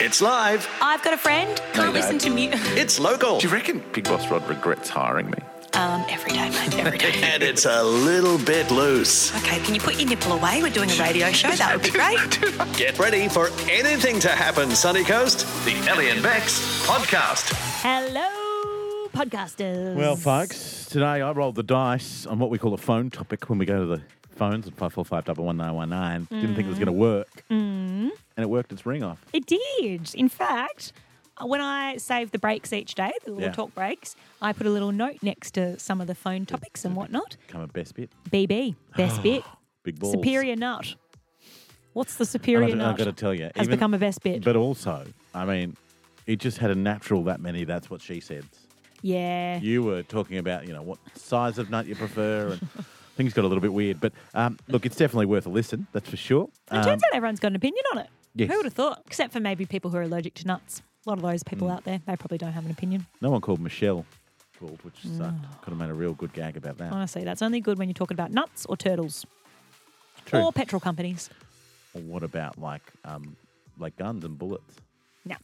It's live. I've got a friend. Oh Can't listen to music. It's local. Do you reckon Big Boss Rod regrets hiring me? Um, every day, mate. Every day. And it's a little bit loose. Okay, can you put your nipple away? We're doing a radio show. That would be great. Get ready for anything to happen, Sunny Coast. The Ellie and Bex podcast. Hello, podcasters. Well, folks, today I rolled the dice on what we call a phone topic when we go to the phones at 545 1919. Didn't think it was going to work. Mm. And it worked its ring off. it did. In fact, uh, when I save the breaks each day, the little Yeah. talk breaks, I put a little note next to some of the phone topics and whatnot. Come a best bit. BB, best bit, Big balls. superior nut. What's the And superior I've, nut? I've got to tell you. has become a best bit. But also, I mean, it just had a natural that many. That's what she said. yeah. You were talking about, you know, what size of nut you prefer and things got a little bit weird. But um, look, it's definitely worth a listen. That's for sure. it Um, turns out everyone's got an opinion on it. Yes. Who would have thought? Except for maybe people who are allergic to nuts. A lot of those people Mm. out there, they probably don't have an opinion. no one called Michelle called, which sucked. Could have made a real good gag about that. Honestly, that's only good when you're talking about nuts or turtles True. or petrol companies. Or what about like um, like guns and bullets? No.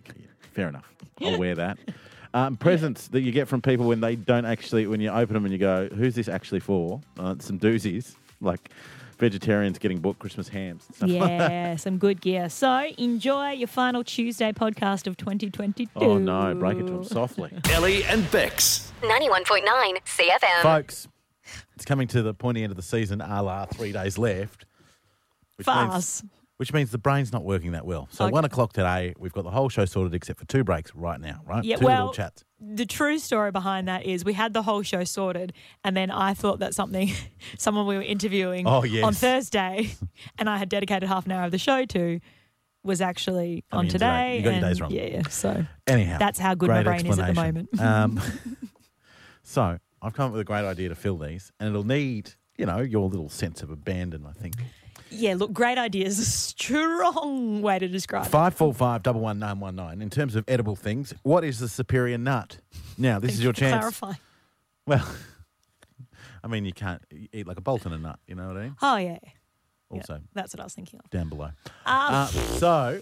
Okay, yeah, fair enough. I'll wear that. Um, presents that you get from people when they don't actually when you open them and you go, "Who's this actually for?" Uh, it's some doozies like vegetarians getting bought Christmas hams. And stuff. yeah, some good gear. So enjoy your final Tuesday podcast of 2022. Oh no! Break it to them softly, Ellie and Bex. 91.9 CFM. folks. It's coming to the pointy end of the season. A la three days left. Which Farce. Means, which means the brain's not working that well. So Okay. one o'clock today, we've got the whole show sorted except for two breaks right now. Right? Yeah, two well, little chats. The true story behind that is we had the whole show sorted, and then I thought that something, someone we were interviewing Oh, yes. on Thursday, and I had dedicated half an hour of the show to, was actually on mean, today. today. You got your and days wrong. Yeah, yeah. So Anyhow, That's how good my great brain is at the explanation. Um, so I've come up with a great idea to fill these, and it'll need you know your little sense of abandon. I think yeah, look, great ideas. A strong way to describe. it. five four five double one nine one nine. In terms of edible things, what is the superior nut? Now this is your chance. Clarify. Well, I mean you can't e-, eat like a bolt and a nut. You know what I mean? Oh yeah, Ah. Also that's what I was thinking of. down below. Uh, so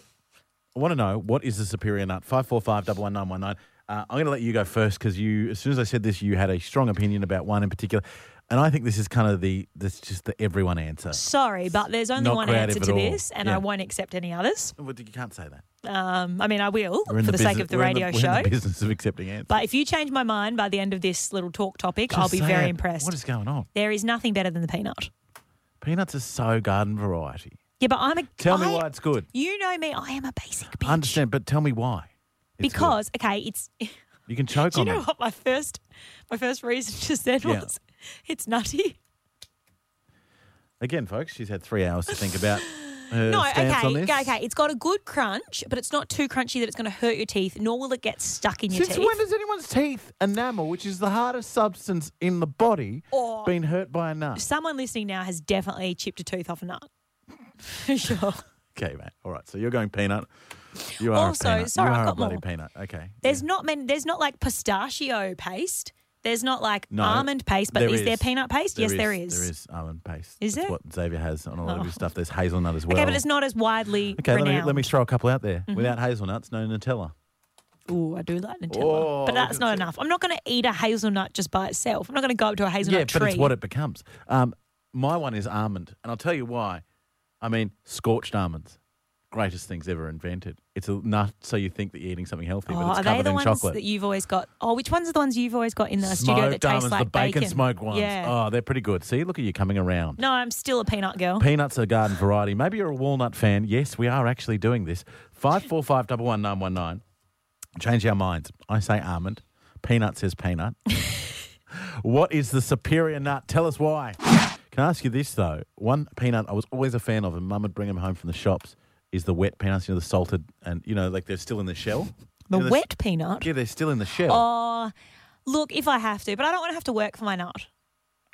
I want to know what is the superior nut? Five four five double one nine one nine. Uh, I'm going to let you go first because you, as soon as I said this, you had a strong opinion about one in particular, and I think this is kind of the that's just the everyone answer. Sorry, but there's only Not one creative answer at to all. this, and I Yeah. won't accept any others. Well, you can't say that Um, I mean, I will for in the, sake busi- of the we're in radio we're show. In the business of accepting answers. but if you change my mind by the end of this little talk topic, I'll Just be say very it. impressed. What is going on? there is nothing better than the peanut. Peanuts are so garden variety. Yeah, but I'm a. Tell me I- why it's good. You know me. I am a basic bitch. I understand, but tell me why. It's good. because okay, it's. Do you can choke you on know them. what my first, my first reason just then Yeah. was, it's nutty. Again, folks, she's had three hours to think about her No, stance okay, on this. okay, okay. It's got a good crunch, but it's not too crunchy that it's going to hurt your teeth, nor will it get stuck in your Since teeth. when has anyone's teeth enamel, which is the hardest substance in the body, Or- been hurt by a nut? Someone listening now has definitely chipped a tooth off a nut. For sure. Okay, mate. All right. So you're going peanut. You are Also, a peanut. sorry, you I've are a got bloody more. peanut. Okay. There's not many, there's not like pistachio paste. There's not like No, almond paste, but there is there is. peanut paste? yes, there is. There is almond paste. Is That's there? what Xavier has on a lot of Oh. his stuff. There's hazelnut as well. Okay, but Mm-hmm. it's not as widely Okay, let me, renowned. let me throw a couple out there. Without hazelnuts, no Nutella. Ooh, I do like Nutella, Oh, but look that's at not you. enough. I'm not going to eat a hazelnut just by itself. I'm not going to go up to a hazelnut yeah, tree. but it's what it becomes. Um, my one is almond, and I'll tell you why. I mean, scorched almonds, greatest things ever invented. It's a nut, so you think that you're eating something Oh, healthy, but are it's they covered the in ones chocolate. that you've always got? Oh, which ones are the ones you've always got in the studio that smoked almonds, taste like the bacon, smoke ones. Yeah. Oh, they're pretty good. See, look at you coming around. No, I'm still a peanut girl. Peanuts are garden variety. Maybe you're a walnut fan. Yes, we are actually doing this. Five four five double one nine one nine. Change our minds. I say almond. Peanut says peanut. what is the superior nut? Tell us why. Can I ask you this though? One peanut I was always a fan of, and Mum would bring them home from the shops. Is the wet peanuts? You know, the salted, and you know, like they're still in the shell. The You know, wet peanut. Yeah, they're still in the shell. Oh, look, if I have to, but I don't want to have to work for my nut.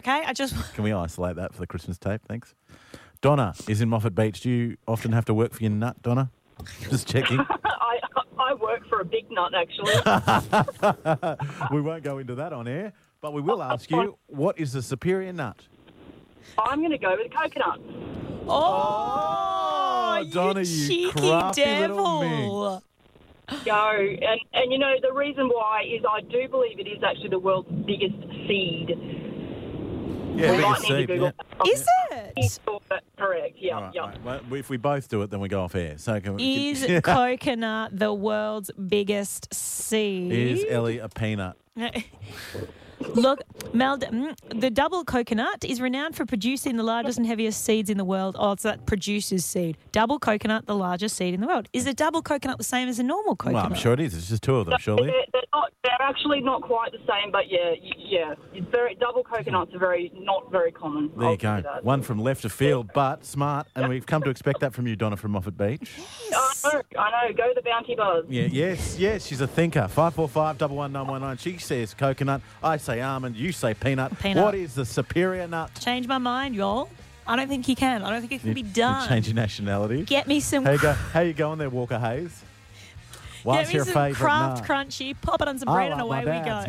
Okay, I just Can we isolate that for the Christmas tape? Thanks. Donna is in Moffat Beach. Do you often have to work for your nut, Donna? Just checking. I, I work for a big nut, actually. we won't go into that on air, but we will ask you what is the superior nut? I'm going to go with coconut. oh, Oh, you Donna, you cheeky crafty little devil. Go. And, and you know, the reason why is I do believe it is actually the world's biggest seed. Yeah, we big might as need to seed, Google yeah. that. Is it? Correct. Yeah, All right, yeah. all right. Well, if we both do it, then we go off air. So can we, Is coconut the world's biggest is seed? Ellie a peanut? Look, Mel, mm, the double coconut is renowned for producing the largest and heaviest seeds in the world. Oh, it's that produces seed. Double coconut, the largest seed in the world. Is a double coconut the same as a normal coconut? Well, I'm sure it is. It's just two of them, surely. They're, they're, not, they're actually not quite the same, but yeah, y- yeah. It's very, double coconuts are very not very common. There I'll you go. say that. One from left of field, but smart. And we've come to expect that from you, Donna from Moffat Beach. I know, I know. Go to the Bounty Bars. Yeah, yes, yes. She's a thinker. 545 11919. She says coconut. I say almond. You say peanut. Peanut. What is the superior nut? Change my mind, y'all. I don't think you can. I don't think it can be You- you done. Change your nationality. Get me some. How you go? How you going there, Walker Hayes? Get What's me your some favourite Kraft nut? crunchy, pop it on some I bread, like and my away we go. dad's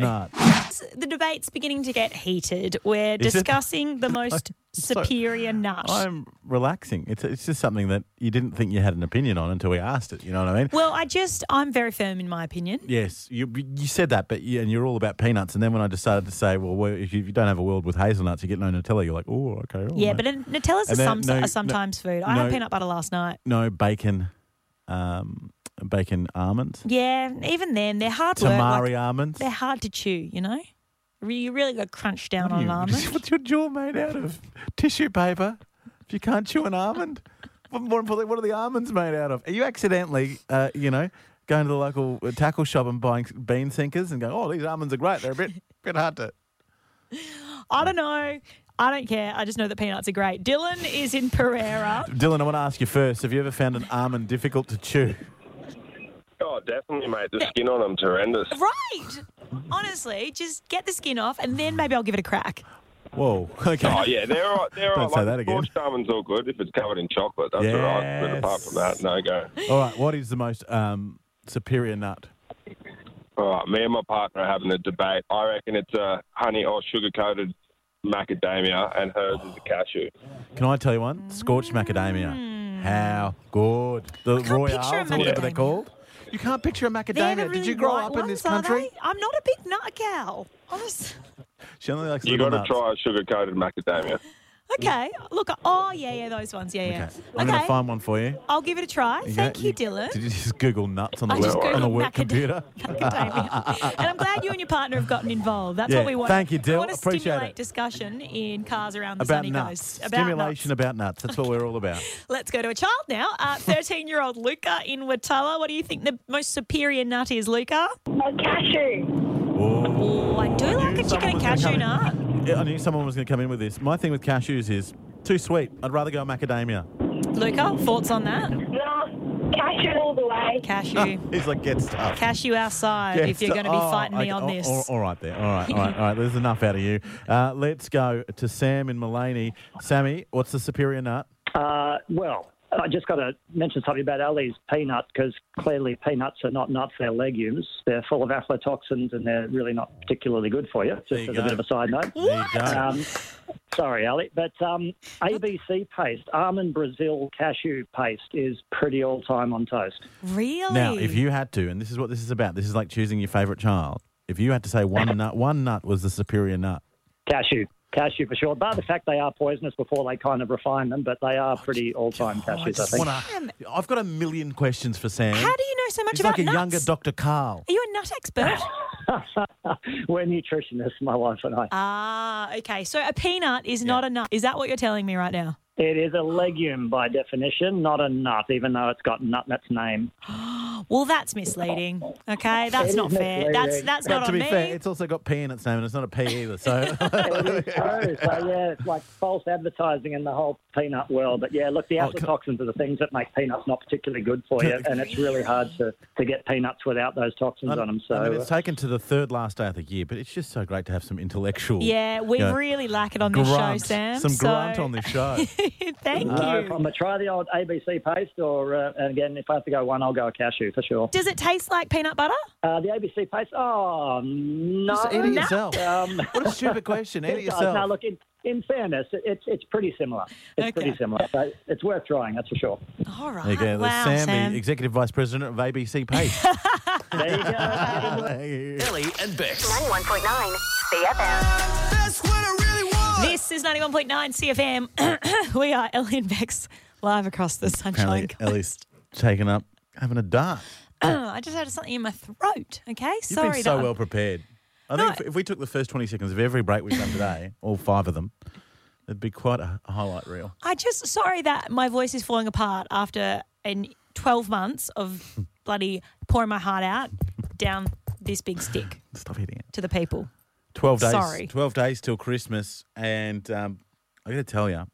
nut. The debate's beginning to get heated. We're Is it? discussing the most superior nut. I'm relaxing. It's, it's just something that you didn't think you had an opinion on until we asked it. You know what I mean? well, I just I'm very firm in my opinion. Yes, you you said that, but you, and you're all about peanuts. And then when I decided to say, well, well, if you, if you don't have a world with hazelnuts, you get no Nutella. You're like, oh, okay. all Yeah, right." but in- Nutella's a And some, then- no, a sometimes food. I no. had peanut butter last night. no bacon, um, bacon almonds, Yeah, even then they're hard work. tamari like, almonds. they're hard to chew. You know, Re- you really got crunch down on What are an you- almond. What's your jaw made out of? Tissue paper. If you can't chew an almond, But more importantly, what are the almonds made out of? Are you accidentally, uh, you know, going to the local uh, tackle shop and buying s- bean sinkers and going, oh, these almonds are great. They're a bit, bit hard to. I don't know. I don't care. I just know that peanuts are great. Dylan is in Pereira. Dylan, I want to ask you first. Have you ever found an almond difficult to chew? Oh, definitely, mate. The skin on them's horrendous. Right. Honestly, just get the skin off and then maybe I'll give it a crack. Whoa. Okay. Oh, yeah, they're all right. They're Don't all right. say that again. Scorched almonds all good if it's covered in chocolate. That's all right. But apart from Yes. that, no go. All right. What is the most um, superior nut? All right, me and my partner are having a debate. I reckon it's a honey or sugar coated macadamia, and hers is a cashew. Can I tell you one? Scorched macadamia. How good. The Mm. can't picture a Royales or whatever they're macadamia. called. You can't picture a They're macadamia. the Did really you grow right up in ones, this are country? they? I'm not a big nut gal. Honest. She only likes you little got to nuts. try a sugar coated macadamia. Okay. Look. Oh yeah, yeah. Those ones. Yeah, yeah. Okay. Okay. I'm going to find one for you. I'll give it a try. Okay. Thank you, Dylan. Did you just Google nuts on the, I just work, on the Googled work macadam- computer? Macadamia. and I'm glad you and your partner have gotten involved. That's Yeah, what we want. thank you, We Dyl. want to Appreciate stimulate it. discussion in cars around the About sunny nuts. coast. About Stimulation nuts. about nuts. That's what we're all about. Let's go to a child now. Uh, 13-year-old Luca in Watala. What do you think the most superior nut is, Luca? Oh. Oh, I do like a chicken and someone was cashew gonna come nut. Yeah, I knew someone was going to come in with this. My thing with cashews is too sweet. I'd rather go macadamia. Luca, thoughts on that? No, cashew all the way. Cashew. He's like, get stuff. Cashew outside Yes. if you're going to be Oh, fighting me okay. on All- this. all- all right, there. All right, all right, all right. There's enough out of you. Uh, let's go to Sam in Mullaney. Sammy, what's the superior nut? Uh, well, I just got to mention something about Ali's peanut because clearly peanuts are not nuts; they're legumes. They're full of aflatoxins and they're really not particularly good for you. Just There you as go. a bit of a side note. There you go. Um, sorry, Ali, but um, ABC paste, almond Brazil cashew paste is pretty all time on toast. Really? Now, if you had to, and this is what this is about, this is like choosing your favourite child. If you had to say one nut, one nut was the superior nut. Cashew, cashew for sure. Bar the fact they are poisonous before they kind of refine them, but they are pretty all time cashews. I think. Sam. I've got a million questions for Sam. How do you know so much He's about like a nuts? younger Dr. Carl. Are you a nut expert? We're nutritionists, my wife and I. ah, okay. So a peanut is not a nut. Is that what you're telling me right now? It is a legume by definition, not a nut, even though it's got nut in its name. Well, that's misleading. Okay, that's It not is fair. That's misleading. that's But not to on be me. fair, it's also got P in its name, and it's not a P either. So It is true. So yeah, it's like false advertising in the whole peanut world. But yeah, look, the Oh, can- aflatoxins are the things that make peanuts not particularly good for you, and it's really hard to, to get peanuts without those toxins on them. So I mean, uh, it's taken to the third last day of the year, but it's just so great to have some intellectual. yeah, we you know, really lack it on this grunt, show, Sam. Some so- grunt on this show. Thank no you. uh, problem. Try the old ABC paste, or uh, and again, if I have to go one, I'll go a cashew. for sure. Does it taste like peanut butter? Uh, the ABC paste. Oh no! Just eat it yourself. Um, What a stupid question. Eat it does. Now yourself. uh, look, in, in fairness, it, it's it's pretty similar. It's Okay. pretty similar, but it's worth trying. That's for sure. All right. There you go. There's wow, Sam, Sam. the executive vice president of ABC Pace. There you go. Ellie and Bex. 91.9 CFM. This is 91.9 CFM. we are Ellie and Bex live across the Sunshine Apparently, Ellie's taken up having a dart. I just had something in my throat, okay? You've Sorry. been so that- well prepared. I No, think if, if we took the first 20 seconds of every break we've done today, all five of them, it'd be quite a highlight reel. I just, sorry that my voice is falling apart after in 12 months of bloody pouring my heart out down this big stick Stop hitting it. to the people. 12 days. Sorry. 12 days till Christmas. And um, I got to tell you,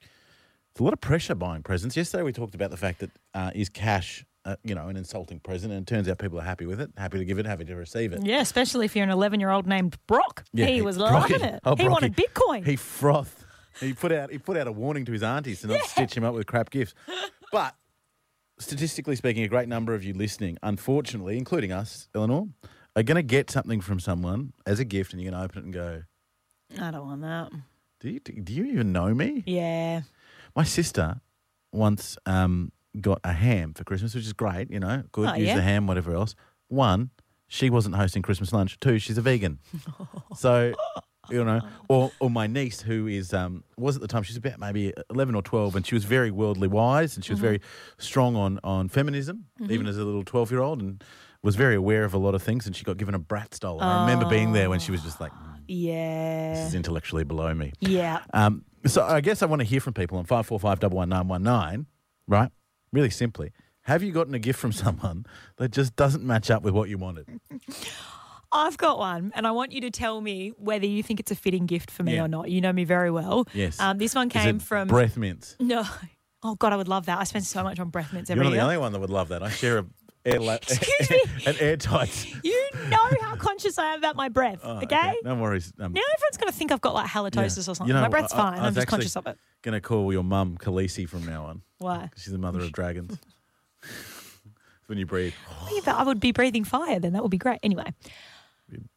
it's a lot of pressure buying presents. Yesterday we talked about the fact that uh, is cash, uh, you know, an insulting present. And it turns out people are happy with it, happy to give it, happy to receive it. Yeah, especially if you're an 11 year old named Brock. Yeah, he was Brocky- loving it. oh, he wanted Brocky. Bitcoin. He frothed. He put out he put out a warning to his aunties to not stitch him up with crap gifts. But statistically speaking, a great number of you listening, unfortunately, including us, Eleanor, are going to get something from someone as a gift, and you're going to open it and go, I don't want that. "Do you do you even know me?" Yeah. My sister once um, got a ham for Christmas, which is great. You know, good. Oh, use yeah. the ham, whatever else. One, she wasn't hosting Christmas lunch. Two, she's a vegan. so, you know, or or my niece who is um, was at the time she's about maybe eleven or twelve, and she was very worldly wise, and she was Mm-hmm. very strong on on feminism, even as a little twelve year old, and was very aware of a lot of things. And she got given a Bratz doll. And I remember being there when she was just like, "Mm, "This Yeah. is intellectually below me." Yeah. Um, so I guess I want to hear from people on five four five double one nine one nine, right? Really simply, have you gotten a gift from someone that just doesn't match up with what you wanted? I've got one, and I want you to tell me whether you think it's a fitting gift for me Yeah. or not. You know me very well. Yes. Um, this one Is it came from. breath mints. No. Oh, God, I would love that. I spend so much on breath mints You're every not the year. only one that would love that. I share a air la- Excuse me. an airtight. You know how conscious I am about my breath, Oh, okay? No worries. Um, Now everyone's going to think I've got like yeah. halitosis or something. You know, my breath's I- I- fine. I I'm was just actually conscious of it. Gonna call your mum Khaleesi from now on. Why? She's the mother of dragons. when you breathe, Yeah, but I would be breathing fire then. That would be great. Anyway,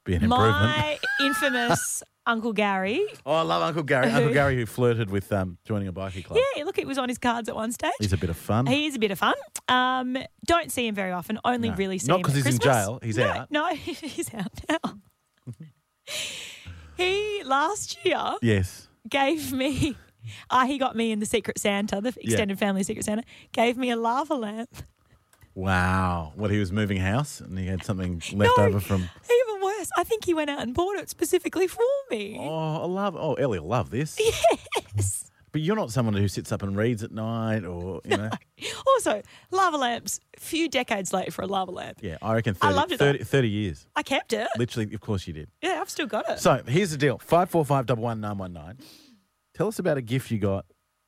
be an improvement. my infamous Uncle Gary. Oh, I love Uncle Gary. Uncle Gary who flirted with um, joining a bikie club. Yeah, look, it was on his cards at one stage. He's a bit of fun. He is a bit of fun. Um, don't see him very often. Only No. really see Not him 'cause at he's in Christmas. jail. He's no, out. No, he's out now. he last year Yes. gave me. Uh, he got me in the Secret Santa, the extended family Secret Santa. Gave me a lava lamp. Wow. What he was moving house and he had something left no, over from. even worse. I think he went out and bought it specifically for me. Oh, I love. Oh, Ellie, I love this. Yes. But you're not someone who sits up and reads at night, or you know. Also, lava lamps. Few decades late for a lava lamp. Yeah, I reckon 30, I loved it, though. 30, 30 years. I kept it. Literally, of course you did. Yeah, I've still got it. So here's the deal: five four five double one nine one nine. Tell us about a gift you got,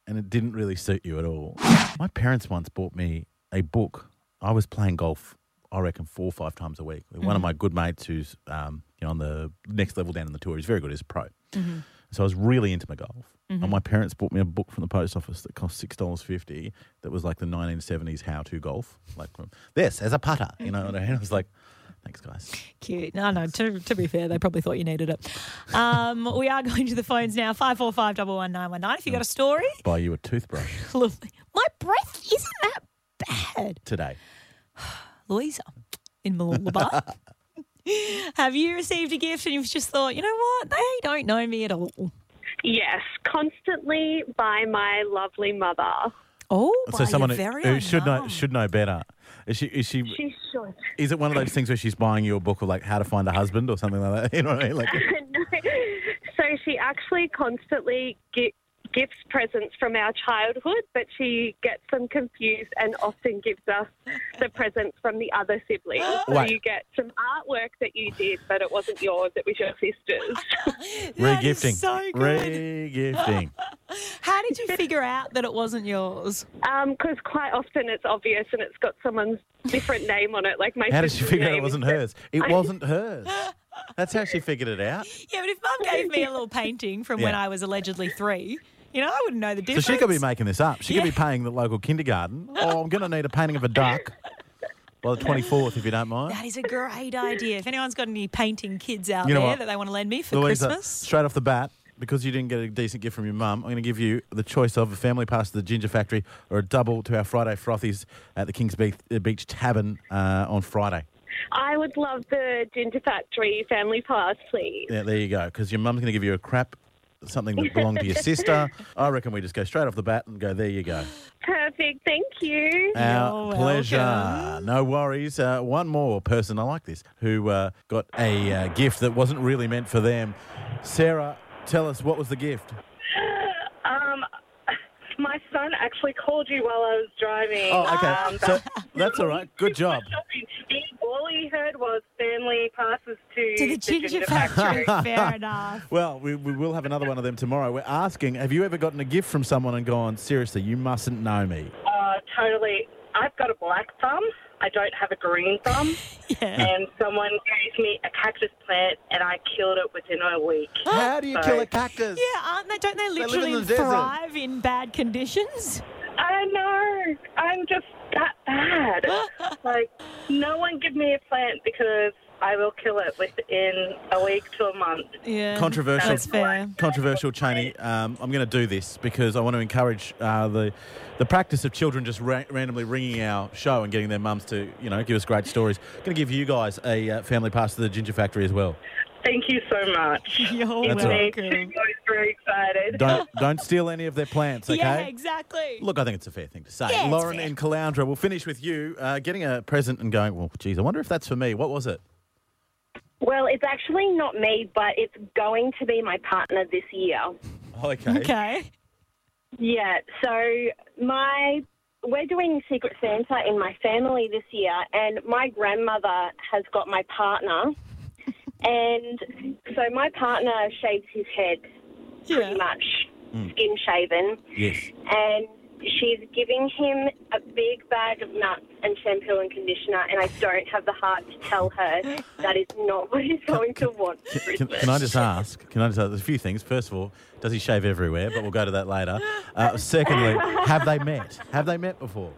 and it didn't really suit you at all. My parents once bought me a book. I was playing golf, I reckon four or five times a week. with One of my good mates, who's um, you know, on the next level down in the tour, he's very good. He's a pro. So I was really into my golf, and my parents bought me a book from the post office that cost six dollars fifty. That was like the nineteen seventies how to golf, like um, this as a putter. You know, and I was like, thanks, guys. Cute. No, no, to, to be fair, they probably thought you needed it. Um, we are going to the phones now 545 11919. If you got a story, Buy you a toothbrush lovely. My breath isn't that bad. today. Louisa in Malulabar. Have you received a gift and you've just thought, you know what? They don't know me at all. Yes, constantly by my lovely mother. Oh, by so someone your who very who own should know mum. should know better. Is she is she She should. is it one of those things where she's buying you a book of like how to find a husband or something like that? You know what I mean? Like No. So she actually constantly gi- gives presents from our childhood, but she gets them confused and often gives us the presents from the other siblings. So Wait. you get some artwork that you did, but it wasn't yours, it was your sister's. That is regifting. so good. Regifting. How did you figure out that it wasn't yours? Because Um, quite often it's obvious and it's got someone's different name on it. Like my How did she sister's figure out it name is wasn't hers? It wasn't hers. That's how she figured it out. Yeah, but if mum gave me a little painting from when Yeah. I was allegedly three, you know, I wouldn't know the So difference. she could be making this up. She could be paying the local kindergarten. Oh, I'm going to need a painting of a duck. by the 24th, if you don't mind. That is a great idea. If anyone's got any painting kids out You know there what? that they want to lend me for Louisa, Christmas, uh, straight off the bat, because you didn't get a decent gift from your mum, I'm going to give you the choice of a family pass to the Ginger Factory or a double to our Friday frothies at the Kings Beach, uh, Beach Tavern uh, on Friday. I would love the Ginger Factory family pass, please. Yeah, there you go. Because your mum's going to give you a crap, something that belonged to your sister. I reckon we just go straight off the bat and go, there you go. Perfect. Thank you. Our You're pleasure. welcome. No worries. Uh, one more person, I like this, who uh, got a uh, gift that wasn't really meant for them. Sarah, tell us what was the gift? Um, my son actually called you while I was driving. Oh, okay. Um, so that's all right. Good job. shopping. He- All he heard was family passes to, to the Ginger Factory. Fair enough. Well, we, we will have another one of them tomorrow. We're asking, have you ever gotten a gift from someone and gone, seriously, you mustn't know me? Uh, totally. I've got a black thumb. I don't have a green thumb. Yeah. and someone gave me a cactus plant, and I killed it within a week. How do you kill a Sorry. cactus? Yeah, aren't they? Don't they live in literally the desert. thrive in bad conditions? I know. I'm just that bad. like, no one give me a plant because I will kill it within a week to a month. Yeah. Controversial. That's fair. Controversial, Cheney. Um, I'm going to do this because I want to encourage uh, the the practice of children just ra- randomly ringing our show and getting their mums to, you know, give us great stories. going to give you guys a uh, family pass to the Ginger Factory as well. Thank you so much. You're That's all right. Thank welcome. you. I'm very excited. Don't don't steal any of their plants, okay? Yeah, exactly. Look, I think it's a fair thing to say. Yeah, it's Lauren fair. in Caloundra, we'll finish with you uh, getting a present and going, well, geez, I wonder if that's for me. What was it? Well, it's actually not me, but it's going to be my partner this year. Oh, Okay. Okay. Yeah, so my we're doing Secret Santa in my family this year, and my grandmother has got my partner, and so my partner shaves his head Yeah. pretty much skin shaven, Yes. and she's giving him a big bag of nuts and shampoo and conditioner, and I don't have the heart to tell her that is not what he's going to want. for Can, Christmas. can I just ask? Can I just ask? There's a few things. First of all, does he shave everywhere? But we'll go to that later. Uh, secondly, have they met? Have they met before?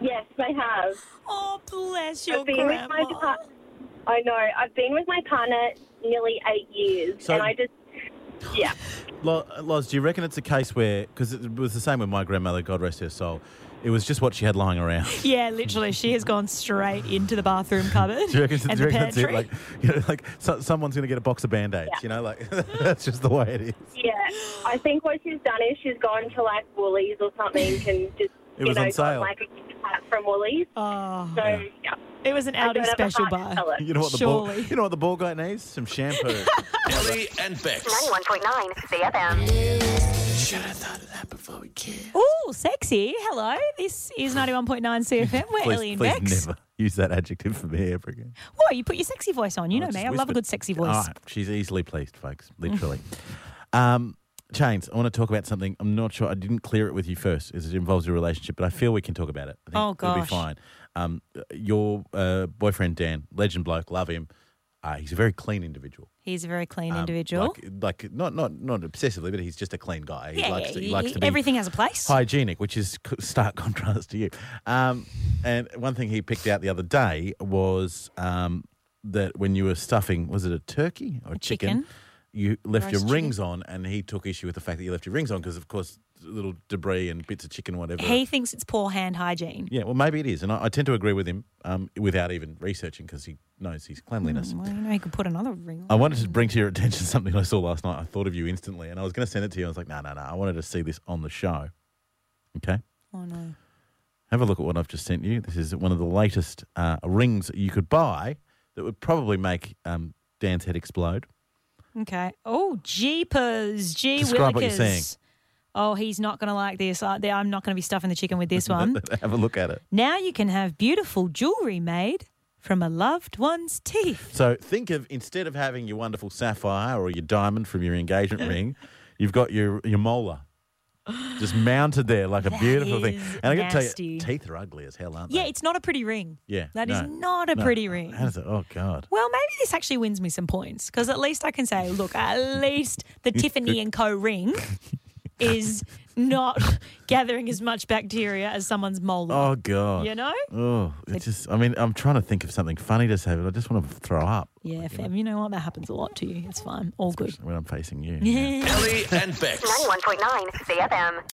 Yes, they have. Oh, bless your I've been with my grandma. depart- I know. I've been with my partner nearly eight years, So- and I just yeah. Lo- Loz, do you reckon it's a case where, because it was the same with my grandmother, God rest her soul, it was just what she had lying around. Yeah, literally, she has gone straight into the bathroom cupboard Do you reckon, and do you the reckon that's pantry. it? Like, you know, like so, someone's going to get a box of band aids, you know? Like, that's just the way it is. Yeah, I think what she's done is she's gone to like Woolies or something and just It you was know on sale. Got, like a gift pack from Woolies. oh, So Yeah. yeah. it was an I Audi don't have a special heart buy. to tell it. You know what the ball, Surely. you know what the ball guy needs? Some shampoo. Ellie and Bex. 91.9 CFM. Ooh, sexy. Hello. This is 91.9 CFM. We're please, Ellie and please Bex. never use that adjective for me ever again. Whoa, you put your sexy voice on. You know Oh, just me. I love a whispered. good sexy voice. All right, she's easily pleased, folks, literally. um, Chains, I want to talk about something. I'm not sure. I didn't clear it with you first, as it involves your relationship, but I feel we can talk about it. I think Oh, It'll be gosh. fine. Um, your uh, boyfriend, Dan, legend bloke, love him. Uh, he's a very clean individual. He's a very clean Um, individual. Like, like not, not, not obsessively, but he's just a clean guy. He yeah, likes, yeah, to, he he- likes to be everything has a place. hygienic, which is c- stark contrast to you. Um, and one thing he picked out the other day was um, that when you were stuffing, was it a turkey or a chicken? chicken. You left your Roast chicken. rings on, and he took issue with the fact that you left your rings on because, of course, little debris and bits of chicken, whatever. He thinks it's poor hand hygiene. yeah, well, maybe it is, and I, I tend to agree with him um, without even researching because he Oh. knows his cleanliness. Well, you know, he could put another ring I wanted to bring to your attention something I saw last night. I thought of you instantly, and I was going to send it to you. I was like, no, no, no. I wanted to see this on the show. Okay. on. Oh, no. Have a look at what I've just sent you. This is one of the latest uh, rings that you could buy that would probably make um, Dan's head explode. Okay. Oh, jeepers. Gee Describe willikers. what you're seeing. Oh, he's not going to like this. I, I'm not going to be stuffing the chicken with this one. Have a look at it. now you can have beautiful jewellery made from a loved one's teeth. So think of instead of having your wonderful sapphire or your diamond from your engagement ring, you've got your your molar just mounted there like a That beautiful thing. is And I got to tell you, nasty. teeth are ugly as hell, aren't they? Yeah, it's not a pretty ring. yeah. That is no, not a no. pretty ring. How does it? Oh God. Well, maybe this actually wins me some points because at least I can say, look, at least the Tiffany and Co ring is not gathering as much bacteria as someone's molar. Oh god. You know? Oh, it just. I mean, I'm trying to think of something funny to say, but I just want to throw up Yeah, fam. You know what? That happens a lot to you. It's fine. All good. when I'm facing you. Yeah. Ellie and Bex. 91.9 CFM.